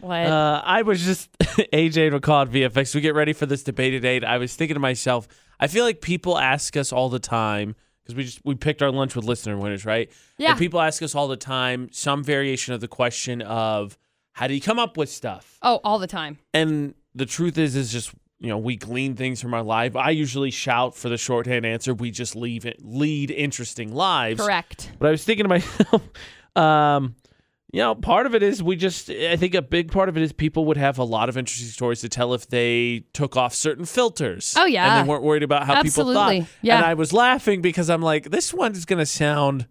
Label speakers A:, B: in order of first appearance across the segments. A: What?
B: Uh, I was just AJ McCall at VFX. We get ready for this debate at eight. I was thinking to myself, I feel like people ask us all the time because we just we picked our lunch with listener winners, right?
A: Yeah.
B: And people ask us all the time some variation of the question of how do you come up with stuff?
A: oh, all the time.
B: And the truth is, is just you know we glean things from our life. I usually shout for the shorthand answer. We just leave it, lead interesting lives.
A: Correct.
B: But I was thinking to myself, um, you know, part of it is we just, I think a big part of it is people would have a lot of interesting stories to tell if they took off certain filters.
A: Oh, yeah.
B: And they weren't worried about how people
A: Absolutely.
B: thought.
A: Yeah.
B: And I was laughing because I'm like, this one's going to sound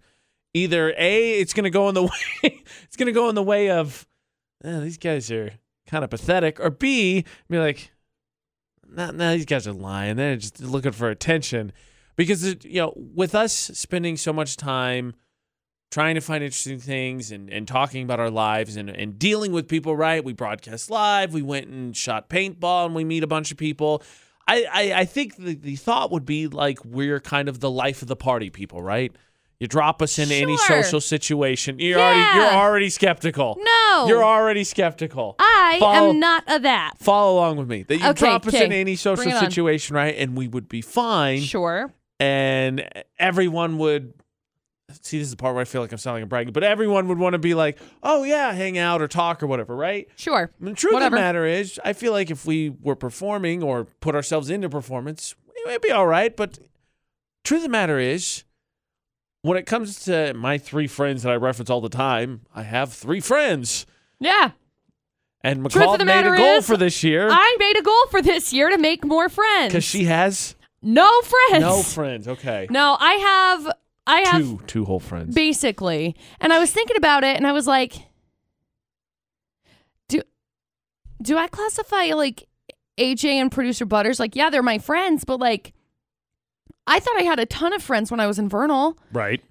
B: either A, it's going to go in the way, it's going to go in the way of, "Eh, these guys are kind of pathetic, or B, be like, no, no, these guys are lying. They're just looking for attention. Because, it, you know, with us spending so much time trying to find interesting things and, and talking about our lives and, and dealing with people, right? We broadcast live, we went and shot paintball, and we meet a bunch of people. I, I, I think the, the thought would be like we're kind of the life of the party people, right? You drop us into any
A: Sure.
B: social situation. You're already you're
A: Yeah.
B: already skeptical.
A: No.
B: You're already skeptical.
A: I
B: Follow-
A: am not a that.
B: Follow along with me. That you
A: Okay,
B: drop us
A: okay.
B: in any social
A: Bring it on.
B: situation, right? And we would be fine.
A: Sure.
B: And everyone would see this is the part where I feel like I'm sounding like a bragging, but everyone would want to be like, oh yeah, hang out or talk or whatever, right?
A: Sure.
B: I mean, the truth
A: Whatever.
B: of the matter is, I feel like if we were performing or put ourselves into performance, it would be all right. But truth of the matter is, when it comes to my three friends that I reference all the time, I have three friends.
A: Yeah.
B: And
A: Truth of
B: McCall
A: the
B: made a
A: matter
B: goal
A: is,
B: for this year
A: I made a goal for this year to make more friends.
B: because she has
A: no friends.
B: no friends. Okay,
A: No, I have. I have
B: two two whole friends.
A: basically. And I was thinking about it, and I was like, do do I classify like AJ and producer Butters? Like, yeah, they're my friends, but like, I thought I had a ton of friends when I was in Vernal,
B: right,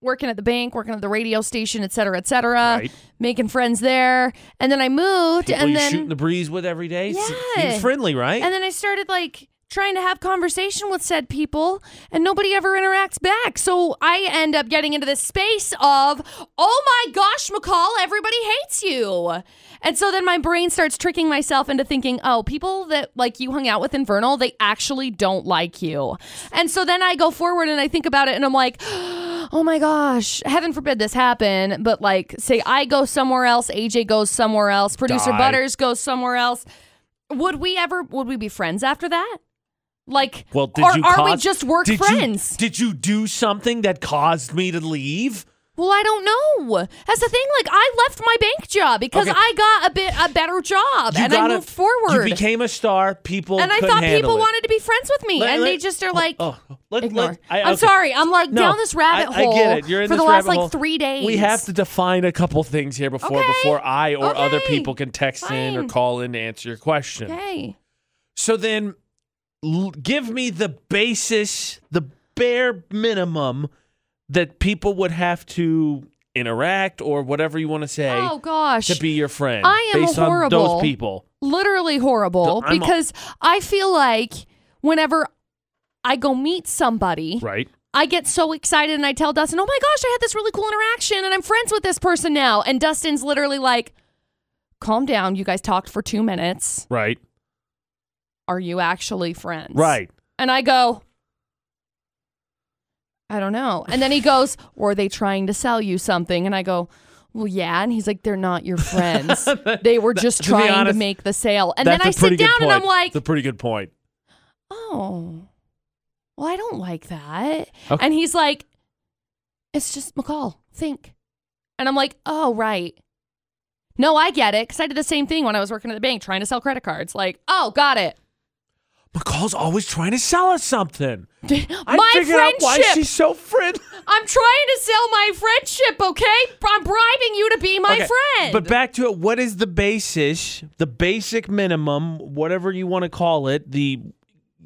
A: working at the bank, working at the radio station, et cetera, et cetera,
B: Right.
A: making friends there. And then I moved,
B: people
A: and
B: you
A: then
B: shoot in the breeze with every day. S-
A: Yeah.
B: seems friendly, right?
A: and then I started like trying to have conversation with said people and nobody ever interacts back. So I end up getting into this space of, "Oh my gosh, McCall, everybody hates you." And so then my brain starts tricking myself into thinking, "Oh, people that like you hung out with Infernal, they actually don't like you." And so then I go forward and I think about it and I'm like, "Oh my gosh, heaven forbid this happen, but like say I go somewhere else, AJ goes somewhere else, producer
B: Die.
A: Butters goes somewhere else, would we ever would we be friends after that like
B: well, did
A: or
B: you
A: are we
B: cause-
A: just work
B: did you-
A: friends
B: did you do something that caused me to leave?
A: well i don't know that's the thing like i left my bank job because
B: Okay.
A: i got a bit a better job
B: You
A: and
B: gotta-
A: i moved forward
B: You became a star. People
A: and i
B: couldn't
A: thought
B: handle
A: people
B: it.
A: wanted to be friends with me
B: Let-
A: and
B: let-
A: they just are
B: oh,
A: like
B: oh, oh, let-
A: ignore.
B: let- I,
A: i'm
B: okay.
A: sorry i'm like
B: No,
A: down this rabbit
B: I,
A: hole
B: I get it. You're in
A: for
B: this
A: the last
B: rabbit hole.
A: like three days
B: We have to define a couple things here before
A: Okay.
B: before I or other
A: Okay.
B: people can text in or
A: Fine.
B: call in to answer your question.
A: okay
B: So then, l- give me the basis, the bare minimum that people would have to interact or whatever you want to say
A: oh gosh
B: to be your friend.
A: I am
B: based on those
A: horrible.
B: people.
A: literally horrible
B: I'm a-
A: because I feel like whenever I go meet somebody,
B: Right.
A: I get so excited and I tell Dustin, "Oh my gosh, I had this really cool interaction and I'm friends with this person now." And Dustin's literally like, "Calm down, you guys talked for 2 minutes.
B: Right.
A: Are you actually friends?"
B: Right.
A: And I go, I don't know. And then he goes, Were they trying to sell you something? And I go, Well, yeah. And he's like, They're not your friends. they were just
B: to be
A: trying
B: honest,
A: to make the sale. And then
B: That's
A: I
B: a pretty
A: sit down
B: good
A: and
B: point.
A: I'm like,
B: It's a pretty good point.
A: Oh, well, I don't like that.
B: Okay.
A: And he's like, It's just McCall, think. And I'm like, Oh, right. No, I get it. Cause I did the same thing when I was working at the bank trying to sell credit cards. Like, oh, got it.
B: McCall's always trying to sell us something. I
A: My
B: figured out
A: friendship.
B: why she's so friendly.
A: I'm trying to sell my friendship, okay? I'm bribing you to be my
B: Okay,
A: friend.
B: But back to it. What is the basis, the basic minimum, whatever you want to call it, the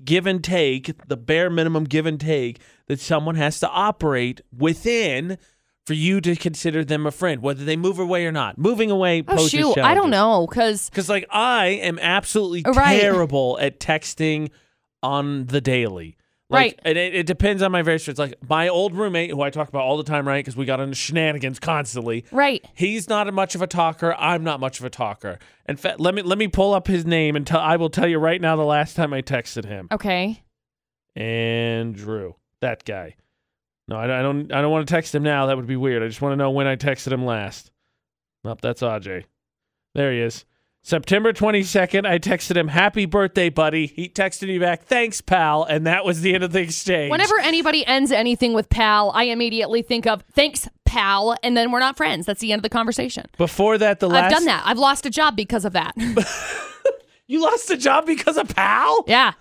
B: give and take, the bare minimum give and take that someone has to operate within for you to consider them a friend, whether they move away or not. Moving away
A: oh
B: poses
A: shoot, I don't know because
B: Because like I am absolutely
A: Right.
B: terrible at texting on the daily. Like,
A: Right.
B: and It, it depends on my various. It's like my old roommate, who I talk about all the time, right? Because we got into shenanigans constantly.
A: Right.
B: He's not much of a talker. I'm not much of a talker. In fact, let me let me pull up his name and tell. I will tell you right now. The last time I texted him,
A: Okay.
B: Andrew, that guy. No, I, I don't. I don't want to text him now. That would be weird. I just want to know when I texted him last. Nope, that's Aj. There he is. September 22nd, I texted him, Happy birthday, buddy. He texted me back, Thanks, pal. And that was the end of the exchange.
A: Whenever anybody ends anything with pal, I immediately think of thanks, pal, and then we're not friends. That's the end of the conversation.
B: Before that, the last.
A: I've done that. I've lost a job because of that.
B: You lost a job because of pal?
A: yeah.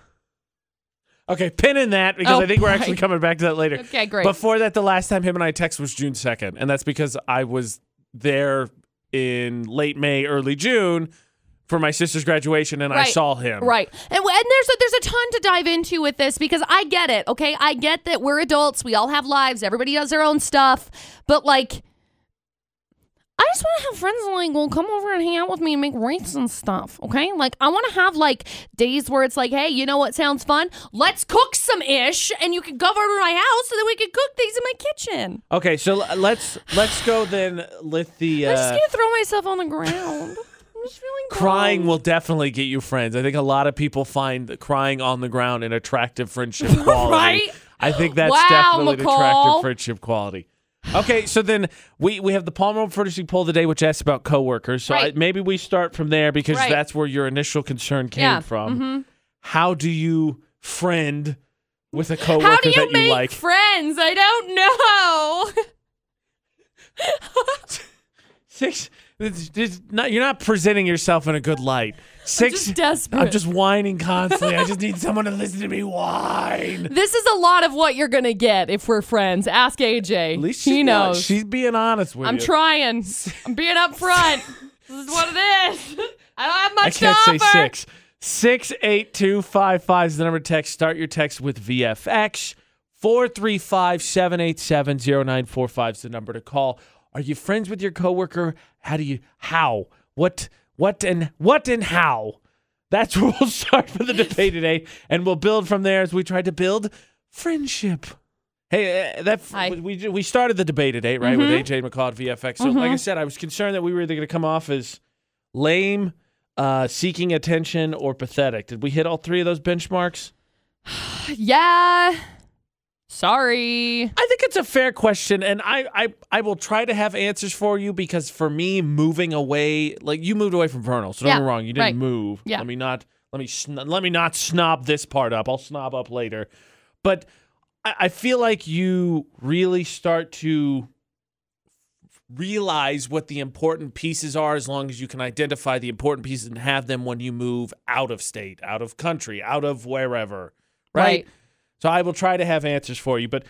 B: Okay, pin in that because
A: Oh,
B: I think we're actually
A: right.
B: coming back to that later.
A: Okay, great.
B: Before that, the last time him and I text was June 2nd. And that's because I was there in late May, early June for my sister's graduation and I
A: Right.
B: saw him.
A: Right. And, and there's a, there's a ton to dive into with this because I get it. Okay, I get that we're adults. We all have lives. Everybody does their own stuff. But like, I just want to have friends that like will come over and hang out with me and make raves and stuff. Okay, like I want to have like days where it's like, hey, you know what sounds fun? Let's cook some ish, and you can go over to my house so that we can cook things in my kitchen.
B: Okay, so l- let's let's go then with the
A: I'm just
B: uh,
A: gonna throw myself on the ground. I'm just feeling
B: crying
A: dumb.
B: will definitely get you friends. I think a lot of people find the crying on the ground an attractive friendship quality.
A: Right?
B: I think that's
A: Wow,
B: definitely an attractive
A: McCall.
B: friendship qualty. Okay, so then we, we have the Palmer Road Furnishing poll of the day, which asks about coworkers. So
A: Right.
B: I, maybe we start from there because
A: Right.
B: that's where your initial concern came
A: Yeah, mm-hmm.
B: from. How do you friend with a coworker
A: How do you
B: that
A: make
B: you like?
A: friends? I don't know.
B: Six. This, this, not, you're not presenting yourself in a good light. 6
A: just desperate.
B: I'm just whining constantly. I just need someone to listen to me whine.
A: This is a lot of what you're gonna get if we're friends. Ask AJ.
B: At least
A: he
B: she's not-
A: knows.
B: she's being honest with
A: I'm
B: you.
A: trying. I'm being up front. this is what it is. I don't have much
B: I can't
A: to
B: say
A: offer.
B: six. Six eight two five five is the number to text. Start your text with VFX. Four three five seven eight seven zero nine four five is the number to call. Are you friends with your coworker? How do you how? What what and what and how? That's where we'll start for the debate today, and we'll build from there as we try to build friendship. Hey, uh, that
A: Hi.
B: we we- we started the debate today, right, with AJ McCall at VFX. So, like I said, I was concerned that we were either going to come off as lame, uh, seeking attention, or pathetic. Did we hit all three of those benchmarks?
A: Yeah. Sorry.
B: I think it's a fair question, and I, I, I will try to have answers for you because for me, moving away, like you moved away from Vernal, so don't get
A: Yeah,
B: me wrong, you didn't
A: right.
B: move.
A: Yeah.
B: Let me not let me sn- let me not snob this part up. I'll snob up later, but I, I feel like you really start to realize what the important pieces are as long as you can identify the important pieces and have them when you move out of state, out of country, out of wherever. right. So I will try to have answers for you. But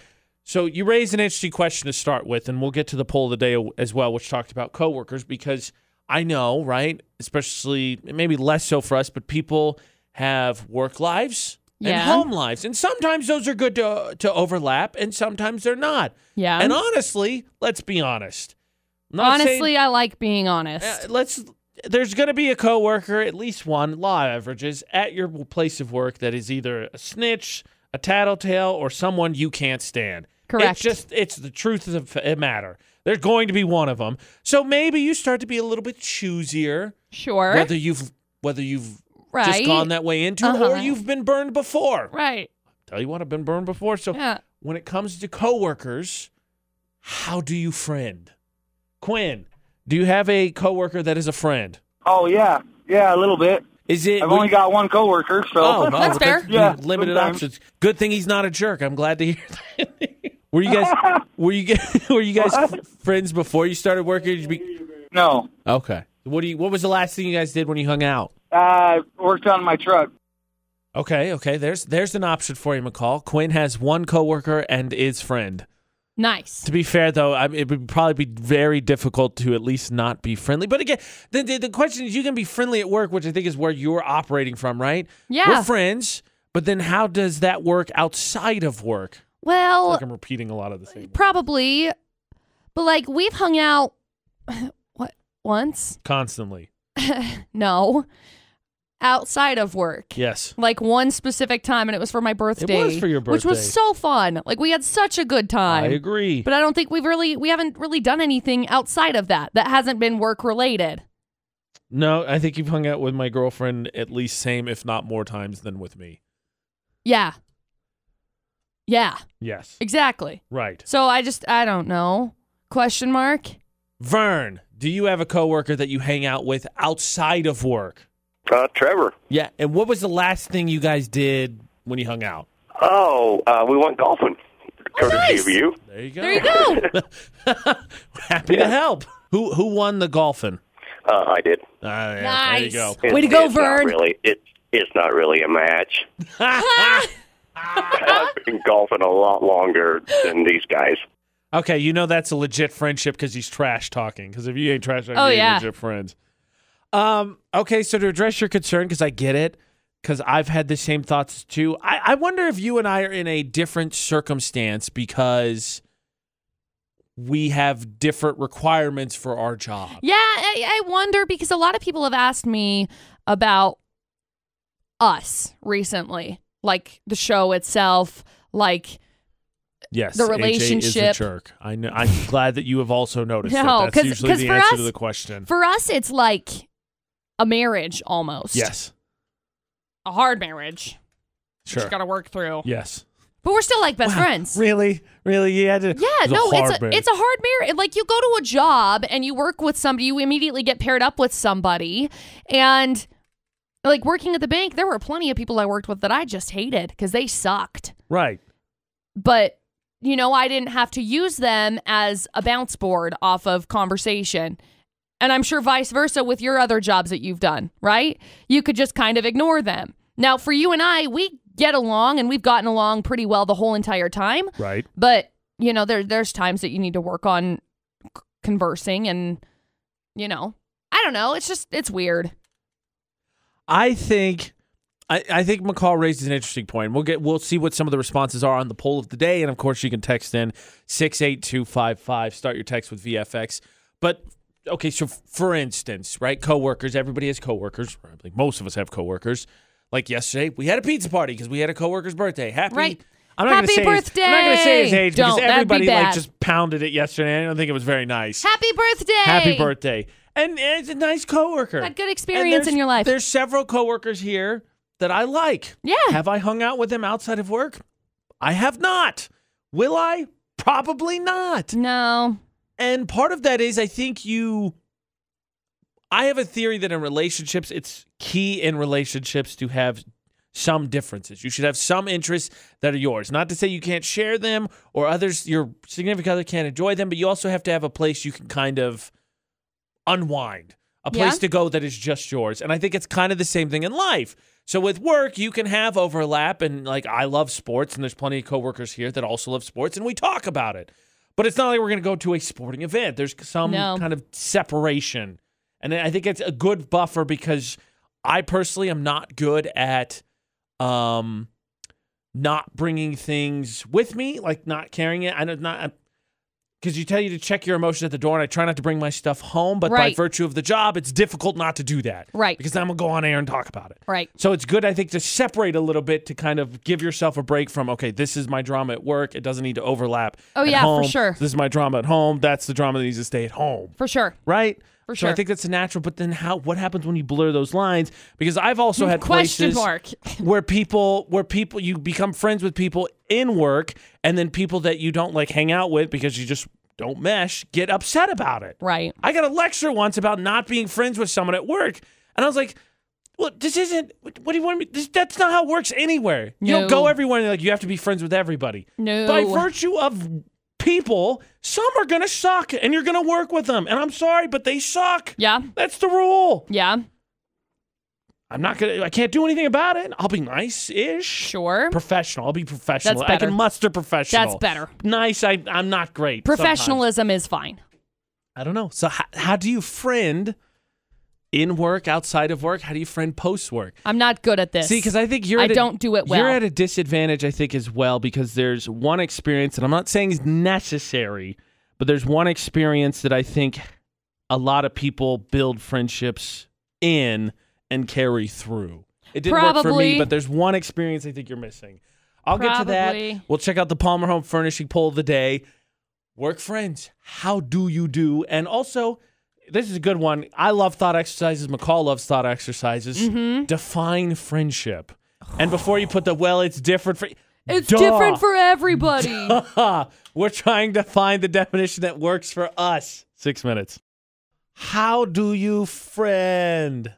B: so you raise an interesting question to start with, and we'll get to the poll of the day as well, which talked about coworkers because I know, right? Especially maybe less so for us, but people have work lives and
A: Yeah.
B: home lives, and sometimes those are good to to overlap, and sometimes they're not.
A: Yeah.
B: And honestly, let's be honest. I'm not saying-
A: Honestly, I like being honest.
B: uh, let's there's going to be a coworker at least one law averages at your place of work that is either a snitch a tattletale or someone you can't stand
A: Correct.
B: it's just it's the truth of the matter there's going to be one of them so maybe you start to be a little bit choosier
A: sure.
B: whether you've whether you've
A: right.
B: just gone that way into it
A: Uh-huh.
B: or you've been burned before
A: right.
B: tell you what i've been burned before so
A: Yeah.
B: when it comes to coworkers, how do you friend? Quinn, do you have a coworker that is a friend?
C: Oh yeah, yeah, a little bit.
B: Is it?
C: I've only got one coworker, so
B: oh, no,
A: That's fair.
C: Yeah,
B: limited
C: sometimes.
B: options. Good thing he's not a jerk. I'm glad to hear that. were you guys? Were you guys? Were you guys f- friends before you started working? Did you be-
C: no.
B: okay. What do you? What was the last thing you guys did when you hung out?
C: I worked on my truck.
B: Okay, okay. There's there's an option for you, McCall. Quinn has one coworker and is friend.
A: Nice.
B: To be fair, though, I mean, it would probably be very difficult to at least not be friendly. But again, the, the, the question is you can be friendly at work, which I think is where you're operating from, right?
A: Yeah.
B: We're friends, but then how does that work outside of work?
A: Well,
B: like I'm repeating a lot of the same
A: probably. But like we've hung out what once?
B: constantly.
A: No. outside of work.
B: Yes.
A: Like one specific time, and it was for my birthday.
B: for your
A: which was
B: birthday.
A: so fun. Like we had such a good time.
B: I agree.
A: But I don't think we've really we haven't really done anything outside of that that hasn't been work related.
B: no, I think you've hung out with my girlfriend at least same, if not more times than with me.
A: Yeah. Yeah,
B: Yes.
A: exactly.
B: Right.
A: So I just I don't know. Question mark?
B: Vern, do you have a coworker that you hang out with outside of work?
D: Uh, Trevor.
B: Yeah. And what was the last thing you guys did when you hung out?
D: Oh, uh, we went golfing. Courtesy
A: nice.
D: of you.
B: There you go.
A: There you go.
B: Happy to help. Who who won the golfing?
D: Uh, I did.
B: Ah, yeah,
A: nice.
B: There you go.
A: Way to go,
D: it's
A: Vern.
D: Not really, it, it's not really a match.
A: Ah!
D: I've been golfing a lot longer than these guys.
B: Okay, you know that's a legit friendship because he's trash talking. Because if you ain't trash talking,
A: Oh,
B: you ain't
A: yeah.
B: legit friends. Um. Okay, so to address your concern, because I get it, because I've had the same thoughts too. I, I wonder if you and I are in a different circumstance because we have different requirements for our job.
A: Yeah, I, I wonder because a lot of people have asked me about us recently, like the show itself, like
B: Yes,
A: The
B: AJ
A: relationship.
B: is a jerk. I know. I'm glad that you have also noticed.
A: No,
B: that.
A: 'cause-
B: that's usually
A: 'cause
B: the
A: for
B: answer to
A: us-
B: the question.
A: for us, it's like a marriage almost.
B: yes,
A: a hard marriage.
B: sure.
A: Just got to work through.
B: Yes.
A: But we're still like best friends.
B: Really, really, you had to.
A: Yeah, no, it's a it's a hard marriage. Like you go to a job and you work with somebody, you immediately get paired up with somebody, and like working at the bank, there were plenty of people I worked with that I just hated because they sucked.
B: right.
A: But you know, I didn't have to use them as a bounce board off of conversation. And I'm sure vice versa with your other jobs that you've done, right? You could just kind of ignore them. Now, for you and I, we get along and we've gotten along pretty well the whole entire time.
B: Right.
A: But you know, there there's times that you need to work on c- conversing, and you know, I don't know. It's just it's weird.
B: I think I, I think McCall raises an interesting point. We'll get we'll see what some of the responses are on the poll of the day, and of course you can text in six eight two five five. Start your text with VFX. But okay, so f- for instance, right, coworkers. Everybody has coworkers. or I think most of us have coworkers. Like yesterday, we had a pizza party because we had a coworker's birthday. Happy.
A: Right.
B: I'm not
A: Happy
B: gonna say His, I'm not gonna say his
A: birthday!
B: age
A: Don't,
B: because
A: that'd be
B: everybody like
A: bad.
B: just pounded it yesterday. I don't think it was very nice.
A: Happy birthday!
B: Happy birthday. And it's a nice coworker.
A: Had good
B: And
A: experience in
B: there's-
A: your life.
B: There's several coworkers here that I like.
A: Yeah.
B: Have I hung out with them outside of work? I have not. Will I? Probably not.
A: No,
B: And part of that is I think you I have a theory that in relationships it's key in relationships to have some differences. You should have some interests that are yours. Not to say you can't share them or others your significant other can't enjoy them, but you also have to have a place you can kind of unwind. A place
A: Yeah.
B: to go that is just yours. And I think it's kind of the same thing in life. So with work, you can have overlap and like I love sports and there's plenty of coworkers here that also love sports and we talk about it. But it's not like we're going to go to a sporting event. There's some
A: No.
B: kind of separation. And I think it's a good buffer because I personally am not good at um not bringing things with me, like not carrying it. I know not because you tell you to check your emotions at the door, and I try not to bring my stuff home. But by
A: Right.
B: virtue of the job, it's difficult not to do that,
A: Right.
B: Because I'm gonna go on air and talk about it,
A: right?
B: so it's good, I think, to separate a little bit to kind of give yourself a break from, okay, this is my drama at work. It doesn't need to overlap.
A: Oh,
B: at
A: yeah, for
B: home.
A: sure.
B: This is my drama at home. That's the drama that needs to stay at home.
A: For sure.
B: Right?
A: For
B: So I
A: sure.
B: think that's natural. But then how what happens when you blur those lines? Because I've also had
A: Mm, Question
B: places
A: mark.
B: where people where people you become friends with people in work and then people that you don't like hang out with because you just don't mesh get upset about it.
A: Right.
B: I got a lecture once about not being friends with someone at work, and I was like, "Well, this isn't. What what do you want me? This, that's not how it works anywhere. You don't
A: No.
B: go everywhere and like you have to be friends with everybody.
A: No.
B: By virtue of people, some are gonna suck, and you're gonna work with them. And I'm sorry, but they suck.
A: Yeah.
B: That's the rule.
A: Yeah.
B: I'm not gonna. I can't do anything about it. I'll be nice ish.
A: Sure.
B: Professional. I'll be professional. I
A: better.
B: can muster professional.
A: That's better.
B: Nice. I, I'm not great. sometimes.
A: Professionalism is fine.
B: I don't know. So how, how do you friend in work, outside of work? How do you friend post work?
A: I'm not good at this.
B: See, because I think you're
A: I
B: at a-
A: don't do it well.
B: You're at a disadvantage, I think, as well, because there's one experience, and I'm not saying is necessary, but there's one experience that I think a lot of people build friendships in, and carry through. It didn't work for me,
A: Probably.
B: but there's one experience I think you're missing. I'll get to that.
A: Probably.
B: We'll check out the Palmer Home Furnishing poll of the day. Work friends, how do you do? And also, this is a good one. I love thought exercises. McCall loves thought exercises.
A: Mm-hmm.
B: Define friendship. And before you put the well, it's different for
A: It's
B: Duh.
A: different for everybody.
B: We're trying to find the definition that works for us. Six minutes. How do you friend?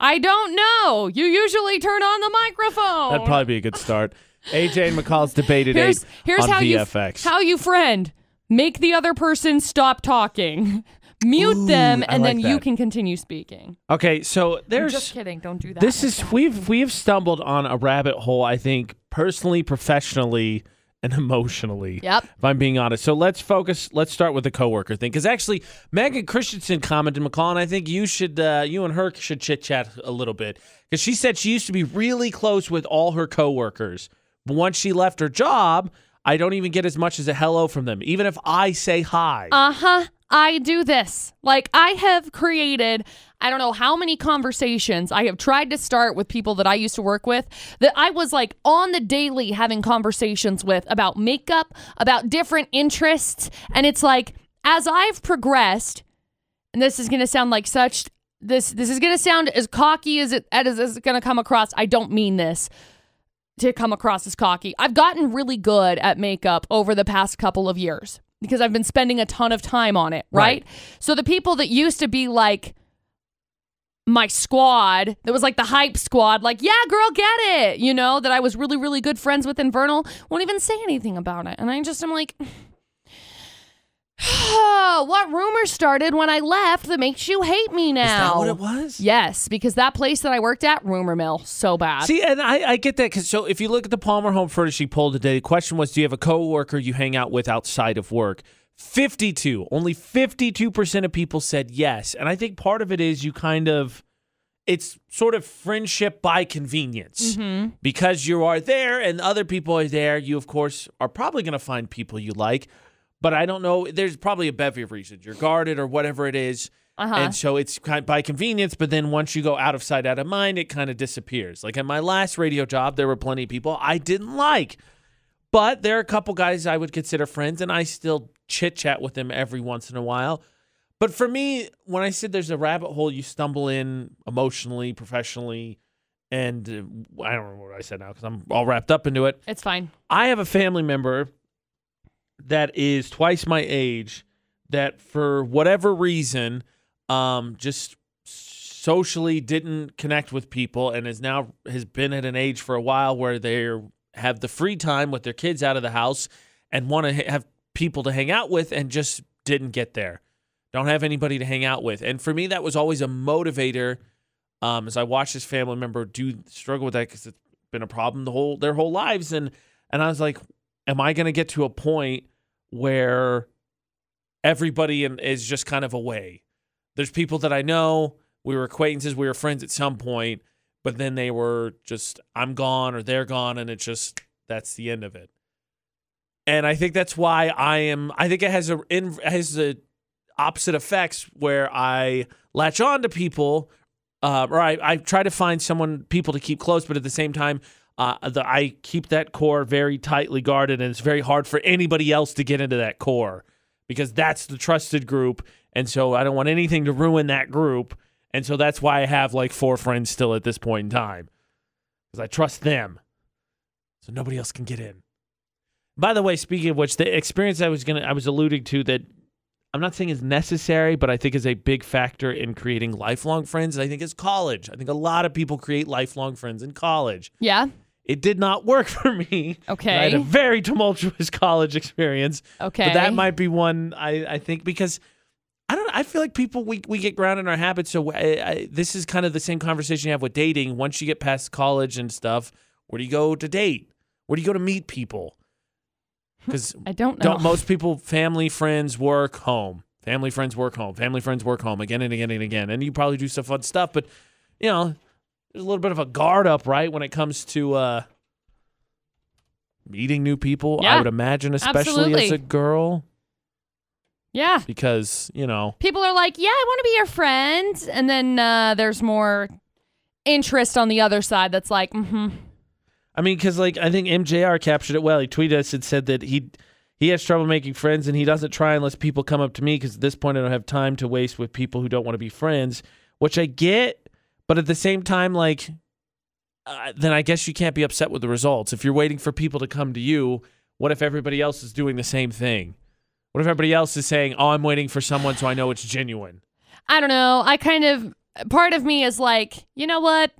A: I don't know. You usually turn on the microphone.
B: That'd probably be a good start. AJ and McCall's debated
A: Oh. here's here's
B: on
A: how
B: VFX.
A: you how you friend make the other person stop talking, mute
B: Ooh,
A: them,
B: I
A: and
B: like
A: then you
B: that.
A: can continue speaking.
B: okay, so
A: I'm
B: there's
A: just kidding. Don't do that.
B: this is we've we've stumbled on a rabbit hole. I think personally, professionally, and emotionally.
A: Yep.
B: If I'm being honest, so let's focus. Let's start with the coworker thing because actually, Megan Christensen commented, McCall, and I think you should uh, you and her should chit chat a little bit because she said she used to be really close with all her coworkers, but once she left her job. I don't even get as much as a hello from them, even if I say hi.
A: Uh huh. I do this. Like, I have created, I don't know how many conversations I have tried to start with people that I used to work with that I was like on the daily having conversations with about makeup, about different interests. And it's like, as I've progressed, and this is going to sound like such. This this is gonna sound as cocky as it as it's gonna come across. I don't mean this to come across as cocky. I've gotten really good at makeup over the past couple of years because I've been spending a ton of time on it,
B: Right.
A: right? So the people that used to be like my squad, that was like the hype squad, like, yeah, girl, get it, you know, that I was really, really good friends with in Vernal, won't even say anything about it. And I just am like, what rumor started when I left that makes you hate me now?
B: Is that what it was?
A: Yes, because that place that I worked at, rumor mill, so bad.
B: See, and I, I get that because so if you look at the Palmer Home Furnishing poll today, the question was, do you have a coworker you hang out with outside of work? Fifty-two, only fifty-two percent of people said yes, and I think part of it is you kind of, it's sort of friendship by convenience because you are there and other people are there. You of course are probably going to find people you like, but I don't know. There's probably a bevy of reasons you're guarded or whatever it is.
A: Uh-huh.
B: And so it's kind by convenience, but then once you go out of sight, out of mind, it kind of disappears. Like at my last radio job, there were plenty of people I didn't like, but there are a couple guys I would consider friends, and I still chit chat with them every once in a while. But for me, when I said there's a rabbit hole you stumble in emotionally, professionally, and uh, I don't remember what I said now because I'm all wrapped up into it.
A: It's fine.
B: I have a family member that is twice my age that for whatever reason um just socially didn't connect with people and is now has been at an age for a while where they have the free time with their kids out of the house and want to ha- have people to hang out with and just didn't get there. Don't have anybody to hang out with. And for me that was always a motivator um as I watched this family member do struggle with that cuz it's been a problem the whole their whole lives and and I was like am I going to get to a point where everybody in, is just kind of away? There's people that I know, we were acquaintances, we were friends at some point, but then they were just, I'm gone or they're gone. And it's just, that's the end of it. And I think that's why I am, I think it has a, in, has the opposite effects where I latch on to people uh, or I, I try to find someone people to keep close, but at the same time, uh, the, I keep that core very tightly guarded, and it's very hard for anybody else to get into that core because that's the trusted group, and so I don't want anything to ruin that group, and so that's why I have like four friends still at this point in time because I trust them, so nobody else can get in. By the way, speaking of which, the experience I was gonna I was alluding to that I'm not saying is necessary, but I think is a big factor in creating lifelong friends. I think is college. I think a lot of people create lifelong friends in college.
A: Yeah.
B: It did not work for me.
A: Okay.
B: I had a very tumultuous college experience.
A: Okay.
B: But that might be one I, I think because I don't. I feel like people we we get grounded in our habits. So I, I, this is kind of the same conversation you have with dating. Once you get past college and stuff, where do you go to date? Where do you go to meet people? Because
A: I don't know.
B: don't most people family friends work home family friends work home family friends work home again and again and again and you probably do some fun stuff but you know there's a little bit of a guard up right when it comes to uh meeting new people i
A: Yeah,
B: would imagine especially as
A: absolutely.
B: a girl
A: Yeah.
B: because you know
A: People are like, yeah, I want to be your friend. And then uh, there's more interest on the other side that's like, mm hmm.
B: I mean, because like I think MJR captured it well. He tweeted us and said that he he has trouble making friends and he doesn't try unless people come up to me because at this point I don't have time to waste with people who don't want to be friends, which I get. But at the same time, like, uh, then I guess you can't be upset with the results. If you're waiting for people to come to you, what if everybody else is doing the same thing? What if everybody else is saying, "Oh, I'm waiting for someone, so I know it's genuine."
A: I don't know. I kind of, part of me is like, you know what?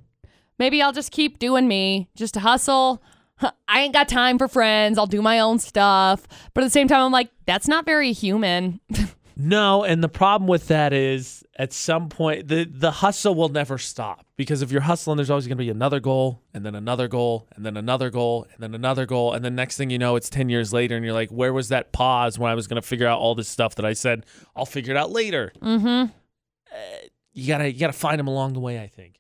A: Maybe I'll just keep doing me, just to hustle. I ain't got time for friends. I'll do my own stuff. But at the same time, I'm like, that's not very human.
B: No, and the problem with that is at some point the the hustle will never stop because if you're hustling, there's always going to be another goal and then another goal and then another goal and then another goal and then next thing you know, it's ten years later and you're like, where was that pause when I was going to figure out all this stuff that I said I'll figure it out later?
A: mm hmm.
B: You gotta you gotta find them along the way. I think.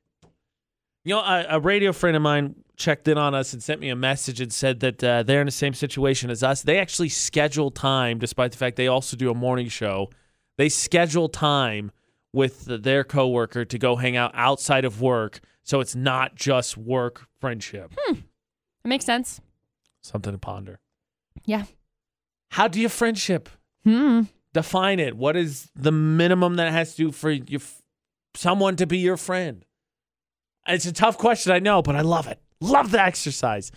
B: You know, a, a radio friend of mine checked in on us and sent me a message and said that uh, they're in the same situation as us. They actually schedule time, despite the fact they also do a morning show. They schedule time with the, their coworker to go hang out outside of work, so it's not just work friendship.
A: It makes sense.
B: Something to ponder.
A: Yeah.
B: How do you friendship?
A: Hmm.
B: Define it. What is the minimum that it has to do for you, f- someone to be your friend? It's a tough question, I know, but I love it. Love the exercise.